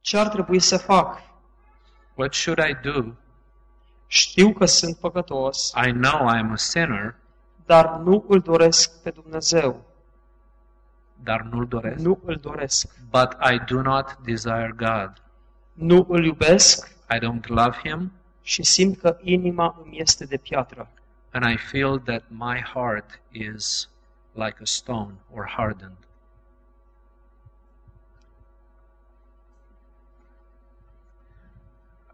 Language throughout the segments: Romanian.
ce ar trebui să fac? What should I do? Știu că sunt păcătos, I know I am a sinner, dar nu îl doresc pe Dumnezeu. dar nu-L doresc. Nu îl doresc. But I do not desire God. Nu îl iubesc I don't love Him, și simt că inima îmi este de piatră. and I feel that my heart is like a stone or hardened.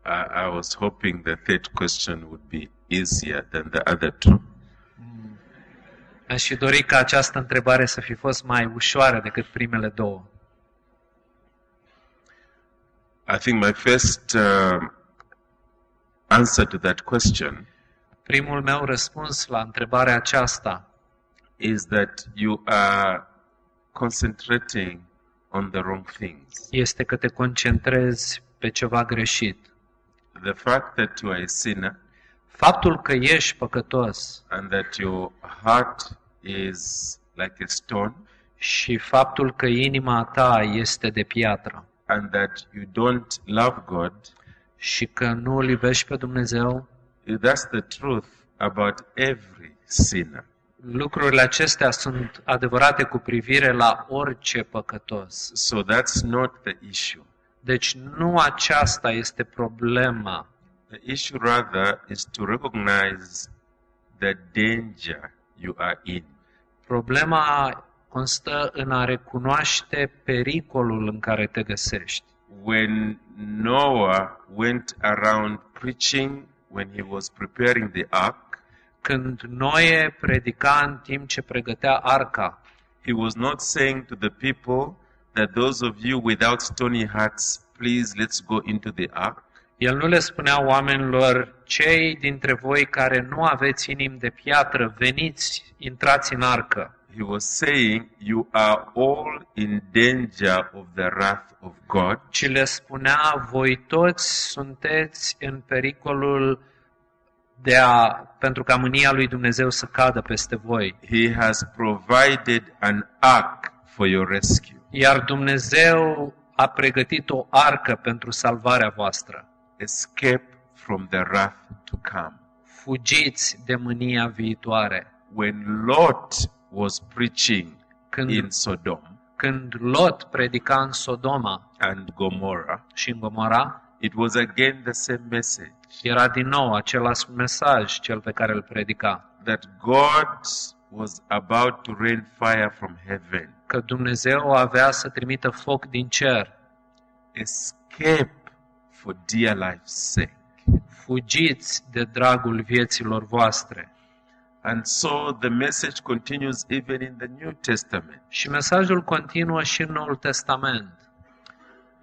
I, I was hoping the third question would be easier than the other two. Aș fi dorit ca această întrebare să fi fost mai ușoară decât primele două. I think my first um answer to that question Primul meu răspuns la întrebarea aceasta is that you are concentrating on the wrong things. este că te concentrezi pe ceva greșit. The fact that you are a sinner Faptul că ești păcătos and that your heart is like a stone și faptul că inima ta este de piatră and that you don't love God, și că nu îl iubești pe Dumnezeu, that's the truth about every sinner. lucrurile acestea sunt adevărate cu privire la orice păcătos. So that's not the issue. Deci nu aceasta este problema. The issue rather is to recognize the danger you are in. Problema constă în a recunoaște pericolul în care te găsești. When Noah went around preaching when he was preparing the ark, Când Noe predica în timp ce pregătea arca, he was not saying to the people that those of you without stony hearts, please let's go into the ark. el nu le spunea oamenilor, cei dintre voi care nu aveți inimi de piatră, veniți, intrați în arcă. He was saying, You are all in danger of the wrath of God. ci le spunea, voi toți sunteți în pericolul de a, pentru ca mânia lui Dumnezeu să cadă peste voi. He has provided an ark for your rescue. Iar Dumnezeu a pregătit o arcă pentru salvarea voastră. Escape from the wrath to come. Fugiți de mânia viitoare. When Lot was preaching Când, in Sodom când Lot predica în Sodoma and Gomorrah, și în Gomora, it was again the same message era din nou același mesaj cel pe care îl predica, that God was about to rain fire from heaven. că Dumnezeu avea să trimită foc din cer. Escape for dear life's sake. fugiți de dragul vieților voastre. And so the message continues even in the New Testament. Și mesajul continuă și în Noul Testament.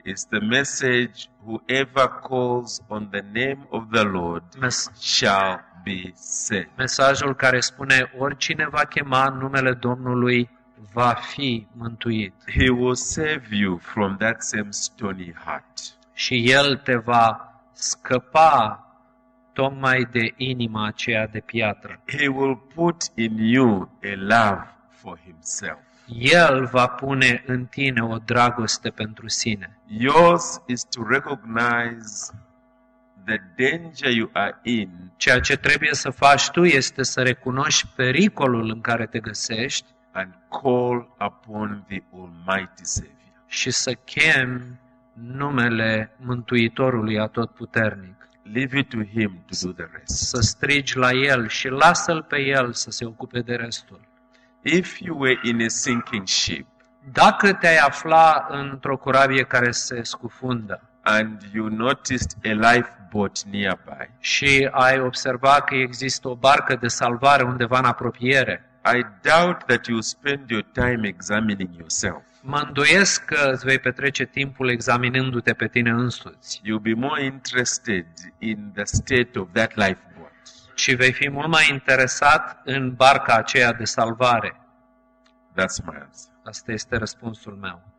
It's the message whoever calls on the name of the Lord Mes- shall be saved. mesajul care spune oricine va chema numele Domnului va fi mântuit He will save you from that same stony heart. și El te va scăpa tocmai de inima aceea de piatră. He will put in you a love for himself. El va pune în tine o dragoste pentru sine. Yours is to recognize the danger you are in Ceea ce trebuie să faci tu este să recunoști pericolul în care te găsești and call upon the Almighty Savior. și să chem numele Mântuitorului Atotputernic, Leave it to Him to do the rest. să strigi la El și lasă-L pe El să se ocupe de restul. If you were in a sinking ship, Dacă te-ai afla într-o corabie care se scufundă and you noticed a lifeboat nearby, și ai observat că există o barcă de salvare undeva în apropiere, I doubt that you spend your time examining yourself. mă îndoiesc că îți vei petrece timpul examinându-te pe tine însuți, You'll be more interested in the state of that lifeboat. ci vei fi mult mai interesat în barca aceea de salvare. That's my answer. Asta este răspunsul meu.